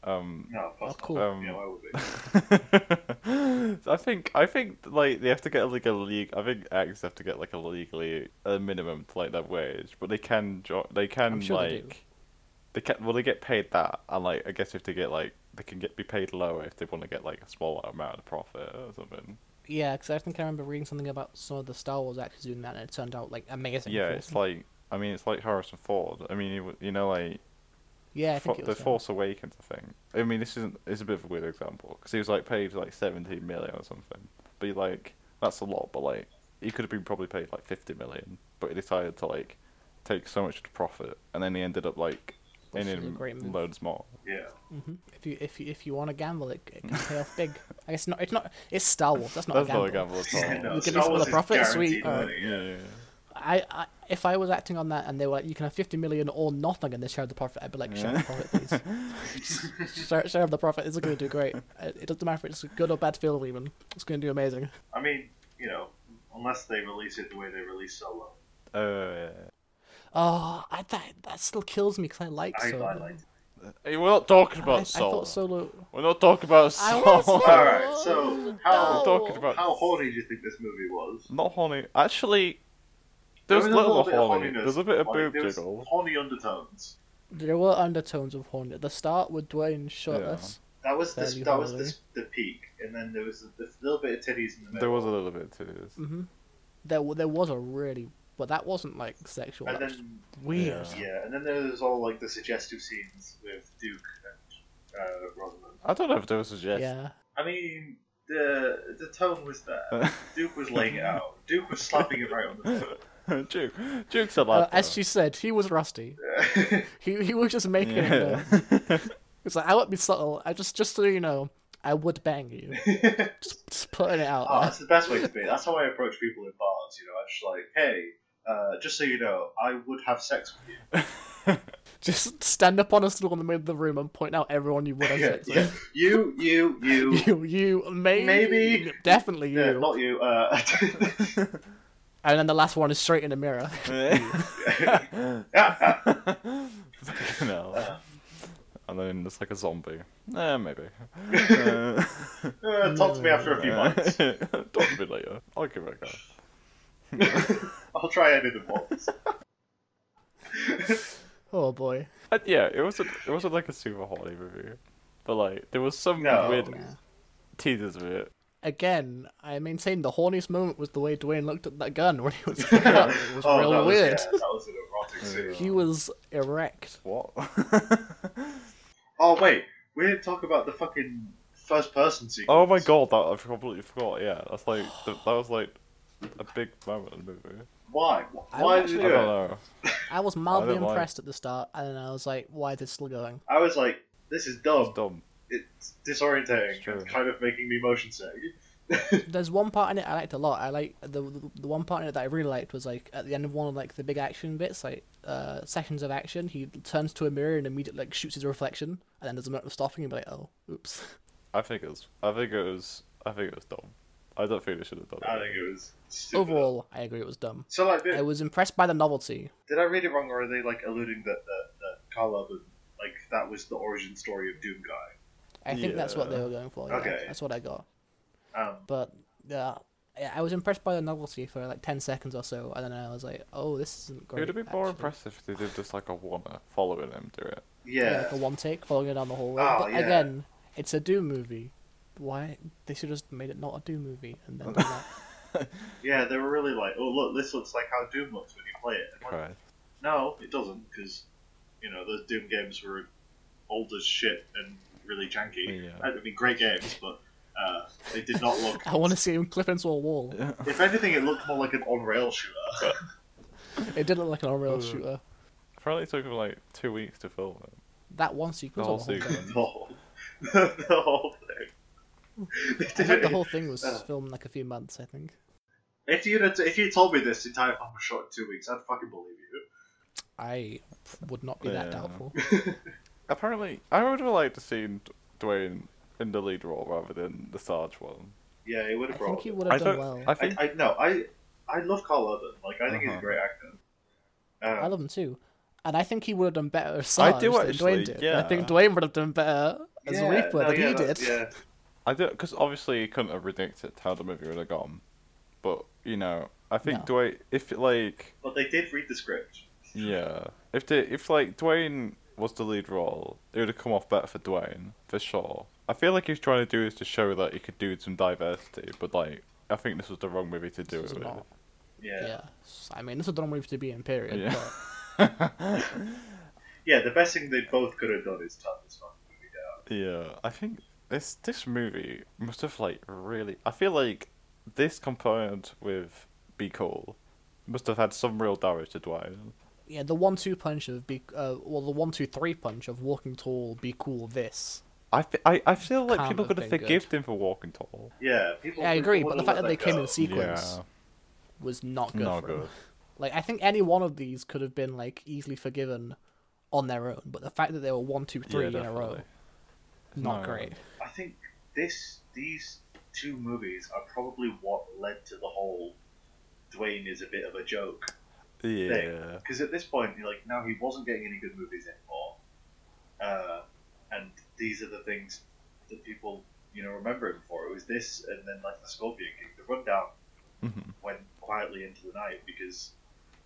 Um, <laughs> No, of course not. Oh, cool. Um, You know, I would be. I think I think like they have to get like a league. I think actors have to get like a legally a minimum to like their wage, but they can jo- they can I'm sure like they do. they can well they get paid that and like I guess if they get like they can get be paid lower if they want to get like a small amount of profit or something. Yeah, because I think I remember reading something about some of the Star Wars actors doing that, and it turned out like amazing. Yeah, for it's them. like I mean it's like Harrison Ford. I mean he, w- you know like yeah, I think Fo- it the was him. Force Awakens, I think. I mean, this isn't. It's a bit of a weird example because he was like paid like seventeen million or something. But you, like, that's a lot. But like, he could have been probably paid like fifty million. But he decided to like take so much to profit, and then he ended up like Which is a in great move. loads more. Yeah. Mhm. If you if you, if you want to gamble, it, it <laughs> can pay off big. I guess not. It's not. It's Star Wars. That's not That's a gamble. not a gamble <laughs> Yeah, at all. no, You can Star use all Wars the is profit, sweet, guaranteed alright. money, yeah, yeah, I, I if I was acting on that and they were like, you can have fifty million or nothing, and they share the profit, I'd be like, share the Yeah. profit, please. <laughs> share, share the profit. It's going to do great. It it doesn't matter if it's a good or bad film, even. It's going to do amazing. I mean, you know, unless they release it the way they release Solo. yeah. Uh, Oh, I, that that still kills me because I like I, Solo. I liked it. hey, we're not I, talking I about Solo. thought Solo. We're not talking about I want Solo. Solo. Alright, so how, No. We're talking about how horny do you think this movie was? <laughs> not horny. Actually, there was, a little, bit of horny. horniness. There's a bit of Like, boob there was jiggle. Horny undertones. There were undertones of Hornet. The start with Dwayne shirtless. That was this, Fairly that was horny. this, the peak, and then there was a this little bit of titties in the There middle. was a little bit to this. Mm-hmm. There wa- there was a really, but that wasn't like sexual. and that was then weird. Yeah. yeah, and then there was all like the suggestive scenes with Duke and uh, Rosamund. I don't know if there was a Yeah. yes. I mean, the the tone was there. Duke was laying it out. Duke was slapping it right on the foot. <laughs> Duke, Duke's a Uh, lad. as she said, he was rusty. <laughs> He he was just though. making it. known. yeah. It's like I won't be subtle. I just just so you know, I would bang you. <laughs> just, just putting it out. Oh, there. that's the best way to be. That's how I approach people in bars. You know, I'm just like, hey, uh, just so you know, I would have sex with you. Just stand up on a stool in the middle of the room and point out everyone you would have Yeah, sex <laughs> yeah. with. You, you, you. <laughs> You, you, maybe, Maybe. definitely you. Yeah, not you. Uh, <laughs> And then the last one is straight in the mirror. <laughs> <laughs> Fucking hell. Um, And then it's like a zombie. Eh, maybe. uh, uh, talk to me after a few <laughs> months. Talk to me later. uh, I'll give it a go. I'll try anything once. Oh boy. And yeah, it wasn't. It wasn't like a super horny movie, but like there was some No. weird Yeah. teasers of it. Again, I maintain the horniest moment was the way Dwayne looked at that gun when he <laughs> was. it was real Oh, that was, yeah, weird. that was an erotic scene. He was erect. <laughs> What? Oh wait, we didn't talk about the fucking first person sequence. Oh my god, that I completely forgot. Yeah, that's like th- that was like a big moment in the movie. Why? I Why did actually- you I do don't it? know. I was mildly don't like- impressed at the start, and then I was like, "Why is this still going?" I was like, this is dumb. It's dumb. It's It's disorientating true. and kind of making me motion sick. There's one part in it I liked a lot. I like the, the the one part in it that I really liked was like at the end of one of like the big action bits, like uh sections of action. He turns to a mirror and immediately like shoots his reflection, and then there's a moment of stopping and be like, oh, oops. I think it was. I think it was. I think it was dumb. I don't think they should have done I it. think it was stupid. Overall, I agree it was dumb. So like, did, I was impressed by the novelty. did I read it wrong, or are they like alluding that that, that Carl Urban, like that was the origin story of Doom Guy? I think that's what they Yeah. were going for. Yeah, Okay. that's what I got. Um, But yeah, yeah, I was impressed by the novelty for like ten seconds or so, and then I was like, "Oh, this isn't it great." would have been more actually. impressive if they did just like a wanna following him do it. Yeah, Yeah. like a one take following it down the hallway. Oh, but yeah. again, it's a Doom movie. Why they should have just made it not a Doom movie and then done that. <laughs> Yeah, they were really like, oh, look, this looks like how Doom looks when you play it. I'm like, Right. no, it doesn't, because, you know, those Doom games were old as shit and really janky. Yeah. I mean, great games, but uh, they did not look. <laughs> I want to see him clip into a wall. If anything, it looked more like an on rail shooter. It did look like an unreal Ugh. shooter. Probably took him like two weeks to film it. That one sequence, The or whole the whole sequence. No. thing. <laughs> the whole thing. They I did think the it- whole thing <laughs> was Uh. filmed in, like a few months, I think. If you had, if you told me this entire film was shot in two weeks, I'd fucking believe you. I would not be Yeah. <laughs> that doubtful. Apparently, I would have liked to see Dwayne in the lead role rather than the Sarge one. Yeah, it would I have brought. think he would I have done don't. well. I I, think I, I no, I I love Carl Urban. Like I think he's a Uh-huh. great actor. Uh, love him too, and I think he would have done better as Sarge I do than actually, Dwayne did. yeah. I think Dwayne would have done better as yeah, Reaper no, than yeah, he that- did. <laughs> Yeah, I do because obviously you couldn't have predicted how the movie would have gone, but you know, I think No. Dwayne. If like, but they did read the script. yeah, if the if like Dwayne was the lead role, it would have come off better for Dwayne for sure. I feel like he was trying to do is to show that he could do some diversity, but like, I think this was the wrong movie to do This is it with. not- Yeah. Yeah. yeah, I mean, this is the wrong move to be in, period. Yeah. but- The best thing they both could have done is turn this fucking movie down. Yeah, I think this this movie must have like really. I feel like this component with Be Cool must have had some real damage to Dwayne. Yeah, the one-two punch of be uh, well, the one-two-three punch of walking tall, be cool. This, I, fe- I, I feel like Can't people have could have been good. forgived him for walking tall. Yeah, people. yeah, I people agree. But wouldn't the have fact let that they came go. in sequence was not good. not for good. Him. Like, I think any one of these could have been like easily forgiven on their own, but the fact that they were one-two-three yeah, in a row, definitely. not No. great. I think this these two movies are probably what led to the whole Dwayne is a bit of a joke Yeah, because at this point you're like no he wasn't getting any good movies anymore, uh, and these are the things that people you know remember him for. It was this and then like the Scorpion King. The rundown Mhm. went quietly into the night because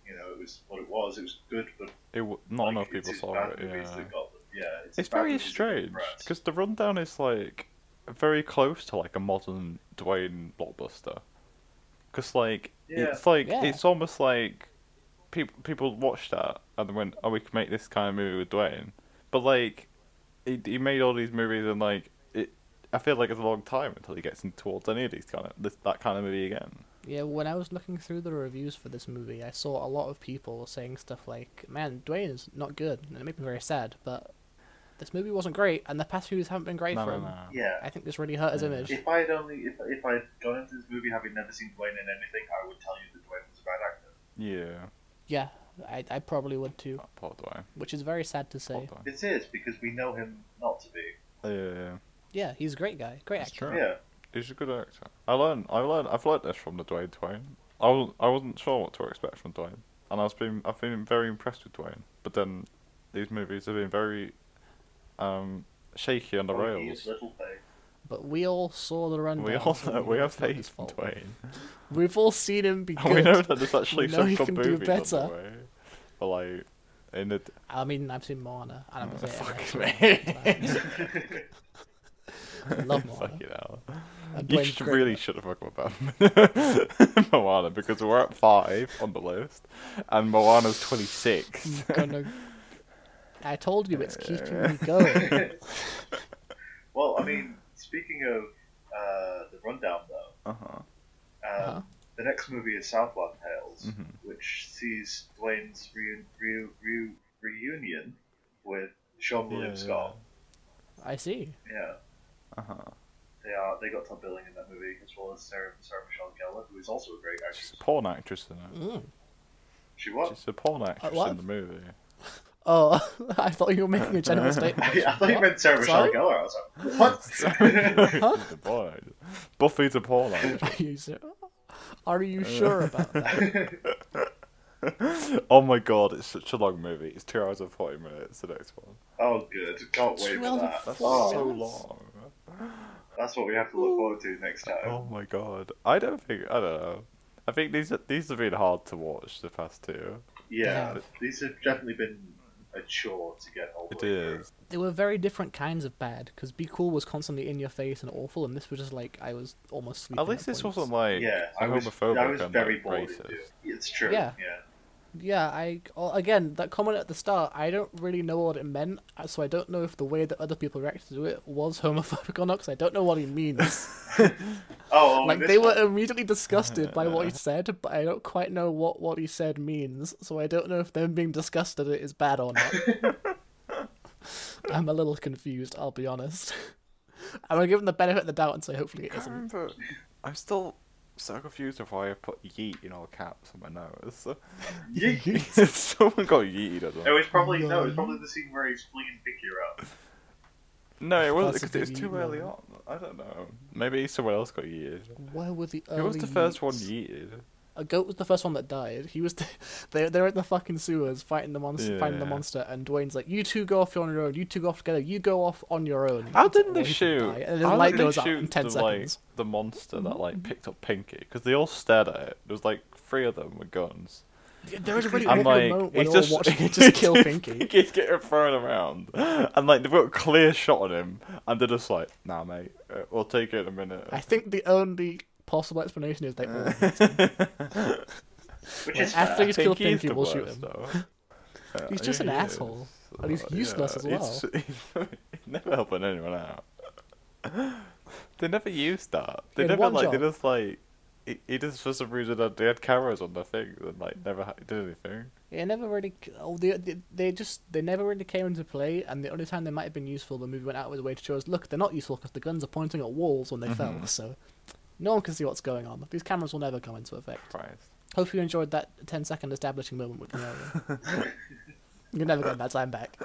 you know it was what it was. It was good, but it w- not like, enough it's people his saw bad it. movies Yeah, that got them. yeah it's, his it's bad very movies that got the strange press. because the rundown is like very close to like a modern Dwayne blockbuster. Because like Yeah. it's like Yeah. it's almost like people people watched that and went, "Oh, we can make this kind of movie with Dwayne," but like he he made all these movies and like it. I feel like it's a long time until he gets in towards any of these kind of this, that kind of movie again. Yeah, when I was looking through the reviews for this movie, I saw a lot of people saying stuff like, "Man, Dwayne is not good," and it made me very sad. But this movie wasn't great, and the past few haven't been great No, for no, him. no. yeah. I think this really hurt his Yeah. image. If I had only if, if I had gone into this movie having never seen Dwayne in anything, I would tell you that Dwayne was a bad actor. Yeah, Yeah, I, I probably would too, poor Dwayne. which is very sad to Poor say. Dwayne. It is because we know him not to be. Yeah, yeah, yeah. Yeah, he's a great guy, great That's actor. true. Yeah, He's a good actor. I learned. I learned. I've learned this from the Dwayne Twain. I was. I wasn't sure what to expect from Dwayne, and I've been. I've been very impressed with Dwayne. But then, these movies have been very, um, shaky on the Oh, he rails. is little thing. But we all saw the rundown. We all so know, we know have it's not faith his in fault. Dwayne, <laughs> We've all seen him be and <laughs> we know good. that there's actually know some he good can do movies better. on the way. But like, in the I mean, I've seen Moana, and I'm a fan. Mm, fuck me, I <laughs> love Moana. fuck it out. and You Dwayne's should great. really should have fucking about <laughs> Moana because we're at five on the list, and Moana's twenty <laughs> six. Gonna... I told you it's keeping <laughs> me going. <laughs> Well, I mean, speaking of uh, the rundown though, Uh huh. um, Uh-huh. the next movie is Southland Tales, Mhm. which sees Dwayne's reu- reu- reu- reunion with Sean William Yeah, Scott. I see. Yeah. Uh huh. They are. They got Tom Billing in that movie, as well as Sarah, Sarah Michelle Gellar, who is also a great She's actress. a porn actress in it. Mm. She was. She's a porn actress what? in <laughs> the movie. Oh, <laughs> I thought you were making a <laughs> general statement. <laughs> I thought you What? meant Sarah Michelle Sorry? Gellar. I was like, <laughs> what? She's a porn. Buffy's a porn actress. <laughs> Are you ser- Are you <laughs> sure about that? oh my god, it's such a long movie. It's two hours and forty minutes. The next one. oh, good. Can't wait for Twelve that. fucking That's Oh, minutes. so long. That's what we have to look forward to next time. Oh my god. I don't think I don't know. I think these these have been hard to watch the past two. yeah, Yeah. these have definitely been a chore to get all the It way through. is. They were very different kinds of bad because Be Cool was constantly in your face and awful, and this was just like I was almost sleeping. At least this points. wasn't like yeah, I was, homophobic I was and very like, bored. racist. into it. It's true. Yeah. yeah. Yeah, I oh, again that comment at the start. I don't really know what it meant, uh, so I don't know if the way that other people reacted to it was <laughs> homophobic or not. Because I don't know what he means. <laughs> Oh, oh, like this they were one- immediately disgusted by <laughs> what he said, but I don't quite know what what he said means. So I don't know if them being disgusted at it is bad or not. <laughs> I'm a little confused. I'll be honest. <laughs> I'm gonna give him the benefit of the doubt and say hopefully it I Um, isn't. remember. I'm still so confused with why I put yeet in all caps on my notes. Yeet. <laughs> Someone got yeeted at It was probably no. It was No. probably the scene where he's flinging Vicky around. No, it wasn't That's a because it was good too yeet early on. I don't know. Maybe someone else got yeeted. Where were the early? Who was the first one yeets? yeeted? a goat was the first one that died. He was, <laughs> they they're in the fucking sewers fighting the monster, fighting the Yeah. monster, and Dwayne's like, "You two go off on your own. You two go off together. You go off on your own." How It's like, didn't they "Well, he shoot? die." And How then light didn't goes out uh, in ten the, seconds. Mm-hmm. Like, the monster that like picked up Pinky because they all stared at it. There was like three of them with guns. there was a really I'm awkward like, moment when he's all just watching <laughs> it just <laughs> kill Pinky. Pinky's getting thrown around, and like they've got a clear shot on him, and they're just like, "Nah, mate, uh, we'll take it in a minute." I think the only possible explanation is they <laughs> all Which Well, is after fair. you- Just kill Pinky is Pinky, the we'll shoot worst, him. <laughs> though. Uh, He's just an he asshole, is. and he's Uh, useless as he's- <laughs> he's never helping anyone out. <laughs> they never used that. They He had never one like they job. just like he, he just for some reason had, they had cameras on their thing and like never ha- did anything. It never really. Oh, they, they they just they never really came into play, and the only time they might have been useful, the movie went out of the way to show us, look, they're not useful because the guns are pointing at walls when they Mm-hmm. fell, so no one can see what's going on. These cameras will never come into effect. Christ. Hope you enjoyed that 10-second establishing moment with Canaria. <laughs> You're never getting that time back.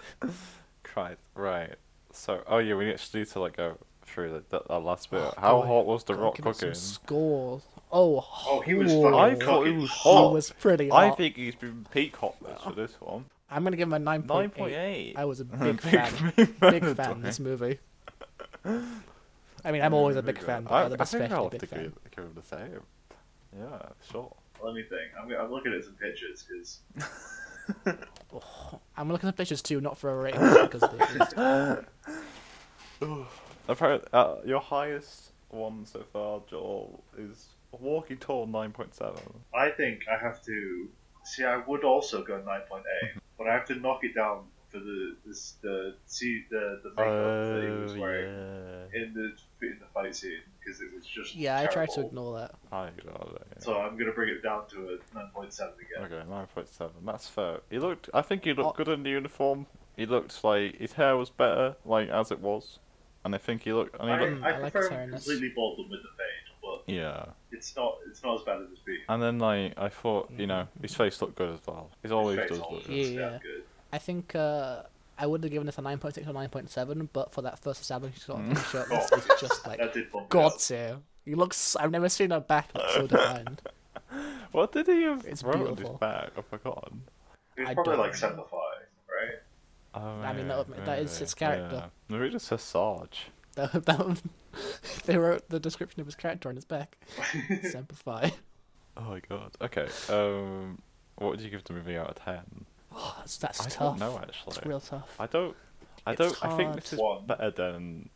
Christ. Right. So oh yeah, we actually need to like go through the, that, that last bit. How God, hot was the God, rock Oh, give it some cooking? Score. Oh, Oh, he was hot. fucking I cool. thought it cooking. was He hot. was pretty I hot. think he's been peak hotness for this one. I'm gonna give him a nine Nine point point <laughs> eight. I was a big Big fan. big fan <laughs> Big of fan of Dwayne. this movie. I mean, I'm always a Very big good. fan, uh, but I, I'm I think I'll especially a have big to fan. give, give him the same. Yeah, sure. Let me think. I'm, I'm looking at some pictures because I'm looking at pictures too, not for a rating just because of <laughs> the Apparently, uh, your highest one so far, Joel, is a Walking Tall 9.7. I think I have to see. I would also go 9.8, <laughs> but I have to knock it down for the this, the see the the makeup that he Oh, was wearing in the in the fight scene because it was just Yeah, I tried to terrible. ignore that. I got it. So I'm gonna bring it down to a 9.7 again. Okay, 9.7. That's fair. He looked. I think he looked Oh. good in the uniform. He looked like his hair was better, like as it was, and I think he looked. And he looked I, I, Mm, I like prefer his hair in this. completely bald them with the fade, but yeah. it's not it's not as bad as it's been. And then like I thought, you know, his face looked good as well. His always Face does all looks look good. Yeah, damn yeah. good. I think uh, I would have given this a 9.6 or 9.7, but for that first establishing shot on the shirt, Oh, it's Mm. just <laughs> like, That did bump it <laughs> God, up. sir. He looks. I've never seen a back look so <laughs> defined. What did he have It's wrote on his beautiful. back? I've forgotten. It was I probably don't like know. simplify, right? Oh, I mean, that would- that is its character. Yeah. Maybe just a Sarge. That- that one- <laughs> they wrote the description of his character on his <laughs> back. Simplify. <laughs> Oh my god. Okay. Um, what would you give the movie out of ten? Oh, that's that's I tough. don't know actually. It's real tough. I don't. I It's don't. I think this is hard. One. better than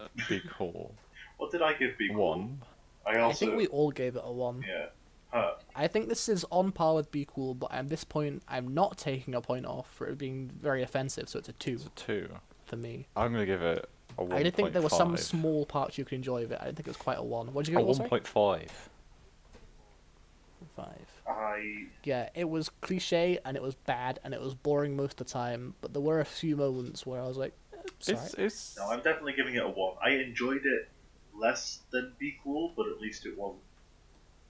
uh, Big Hall. What did I give Big One. I I also think we all gave it a one. yeah. Huh. I think this is on par with Be Cool, but at this point, I'm not taking a point off for it being very offensive, so it's a two It's a two. for me. I'm gonna give it a one. I did think there were some 1.5. small parts you could enjoy of it. I didn't think it was quite a one. What did you A give it? one sorry? point five. Five. I Yeah, it was cliche and it was bad and it was boring most of the time, but there were a few moments where I was like, eh, it's It's alright. it's. no, I'm definitely giving it a one. I enjoyed it less than Be Cool, but at least it wasn't,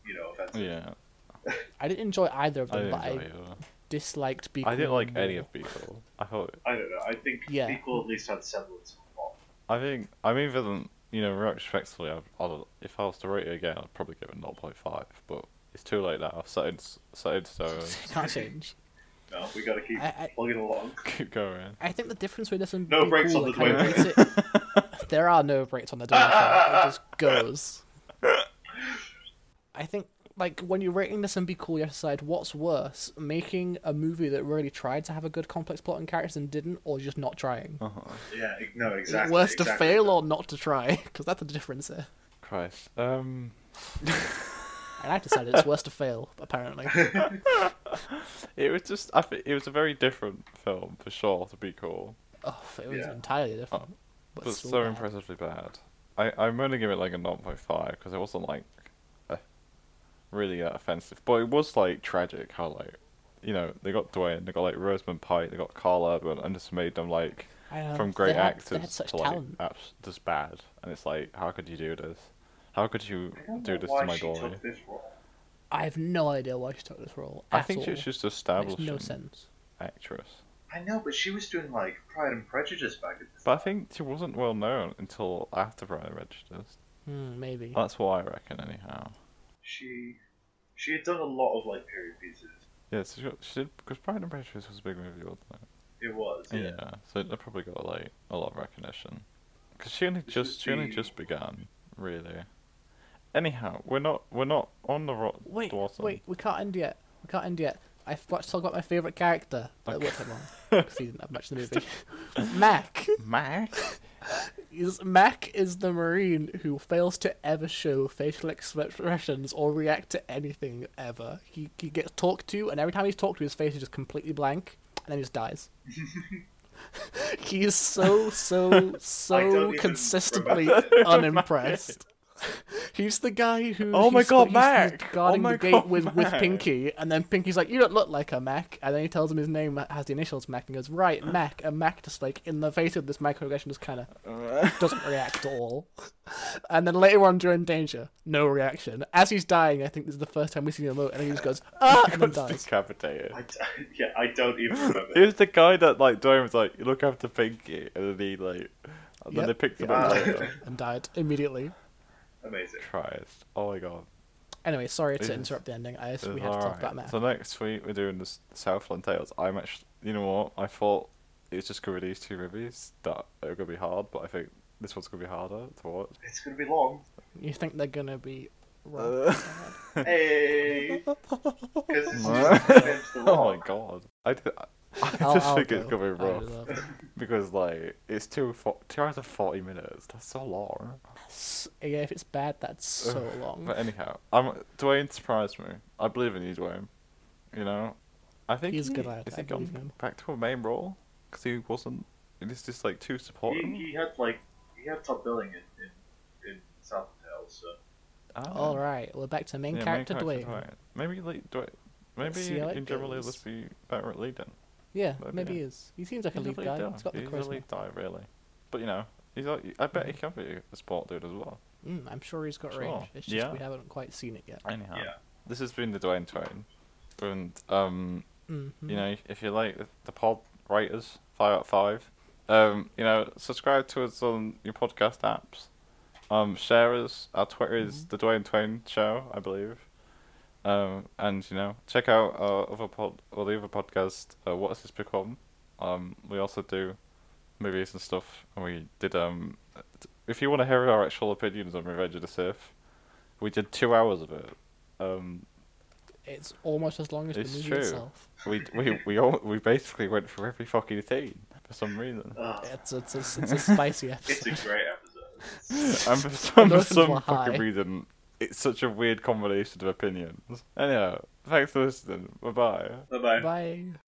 you know, offensive. yeah. I didn't enjoy either of I them, didn't, but I enjoy it either. disliked Be Cool. I didn't like any more. of Big Hall. I thought. I don't know. I think Yeah. Be Cool at least had semblance of a plot. I think. I mean, even you know, retrospectively, I'd, I'd, if I was to rate it again, I'd probably <laughs> give it 0.5. But it's too late now. I've set in, s- set in stone. Can't change. No, we gotta keep I- I- plugging along. Keep going. I think the difference with this and No Be brakes Cool on that the kind of Dwayne makes <laughs> it- there are no brakes on the Dwayne track. <laughs> It just goes. I think like when you're rating this and Be Cool, you have to decide what's worse: making a movie that really tried to have a good complex plot and characters and didn't, or just not trying. Oh, Yeah, e- no, Is it exactly. worse to exactly. fail or not to try? <laughs> Because that's the difference here. Christ. Um. And I decided it's worse to fail, <laughs> apparently. It was just. I think it was a very different film for sure to be cool, Oh, it was Yeah. entirely different. but but still Oh, so bad. impressively bad. I I'm gonna give it like a 0.5 because it wasn't like uh, really that offensive, but it was like tragic how like you know they got Dwayne, they got like Rosamund Pike, they got Carla, but and just made them like I know, from great Um, they had- actors They had such to like talent. abs- just bad, and it's like how could you do this? How could you I don't do know this why to my eh? she daughter? took this role. I have no idea why she took this role. I at think all. it's just makes establishing no sense. actress. I know, but she was doing like Pride and Prejudice back at the But I think she wasn't well known until after Brian Registers. Hmm, maybe. That's what I reckon, anyhow. She she had done a lot of like period pieces. Yeah, so she, got, she did because Pride and Prejudice was a big movie, wasn't it? It was. so they probably got like a lot of recognition because she only This just is she only the- just began really. Anyhow, we're not we're not on the rock. Wait, wait, we can't end yet. We can't end yet. I forgot to talk about my favourite character that Okay. worked on because he didn't have much in the movie. Mac Mac. is Mac is the marine who fails to ever show facial expressions or react to anything ever. He he gets talked to, and every time he's talked to, his face is just completely blank, and then he just <laughs> dies. he is so so I don't so even <laughs> consistently remember. unimpressed. He's the guy who Oh my he's, God, he's Mac! Oh guarding my the gate God, with with Mac! Pinky, and then Pinky's like, "You don't look like a Mac," and then he tells him his name has the initials Mac, and goes, <laughs> "Right, Mac," and Mac just like in the face of this microaggression, just kind of doesn't react at all. And then later on during danger, no reaction. As he's dying, I think this is the first time we see him emote, and he just goes, ah, and then was dies. <laughs> decapitated. I d- <laughs> yeah, I don't <laughs> even remember. It was the guy that like Dwayne was like, look after Pinky, and then he like, and Yep, then they picked him yep. up Ah. later. <laughs> And died immediately. Amazing. Christ, oh my god. Anyway, sorry to Jesus. interrupt the ending. I just, we It's had to talk alright. about Mac. So next week we're doing the S- Southland Tales. I'm actually, you know what? I thought it was just gonna be these two movies that are gonna be hard, but I think this one's gonna be harder to watch. <laughs> It's gonna be long. <laughs> You think they're gonna be wrong? Uh, Hey. Because <laughs> it's What? just it's the oh my rock. god! I, d- I <laughs> I'll- just Oh, I'll think it's go. gonna be I'll rough reserve it. because like it's two fo- two hours and forty minutes. That's so long. S- Yeah, if it's bad, that's so long. But anyhow, I'm Dwayne surprised me. I believe in you, Dwayne. You know, I think He's a he, good lad, Is I he believe in gone him. back to a main role? Because he wasn't. It's just like too supporting. Mm-hmm. He, he had like he had top billing in in, in South Tales, so Ah. All right, we're back to main Yeah, character Dwayne. character's alright. Maybe like Dwayne. see Maybe how in it general goes. let's be better at leading. Yeah, Maybe, maybe yeah. he is. He seems like a lead guy. He's got the he's a charisma. Mm-hmm. lead guy, really. But you know, he's like, I bet he can be a sport dude as well. Mm, I'm sure he's got Sure. range. It's just Yeah. we haven't quite seen it yet. Anyhow, Yeah. this has been the Dwayne Twain, and um, Mm-hmm. you know, if you like the, the pod writers, five out of five. Um, you know, subscribe to us on your podcast apps. Um, share us. Our Twitter is the Dwayne Twain Show, I believe. Um, and you know, check out our other pod or the other podcast. Uh, what has this become? Um, we also do movies and stuff, and we did. Um, if you want to hear our actual opinions on Revenge of the Sith, we did two hours of it. Um, It's almost as long as It's the movie true. itself. we we we all we basically went for every fucking thing for <laughs> some reason, uh, It's it's a, it's a spicy it's a episode. great episode. and for some for Emotions some were high. fucking reason, it's such a weird combination of opinions. Anyhow, thanks for listening. Bye bye. Bye bye. Bye.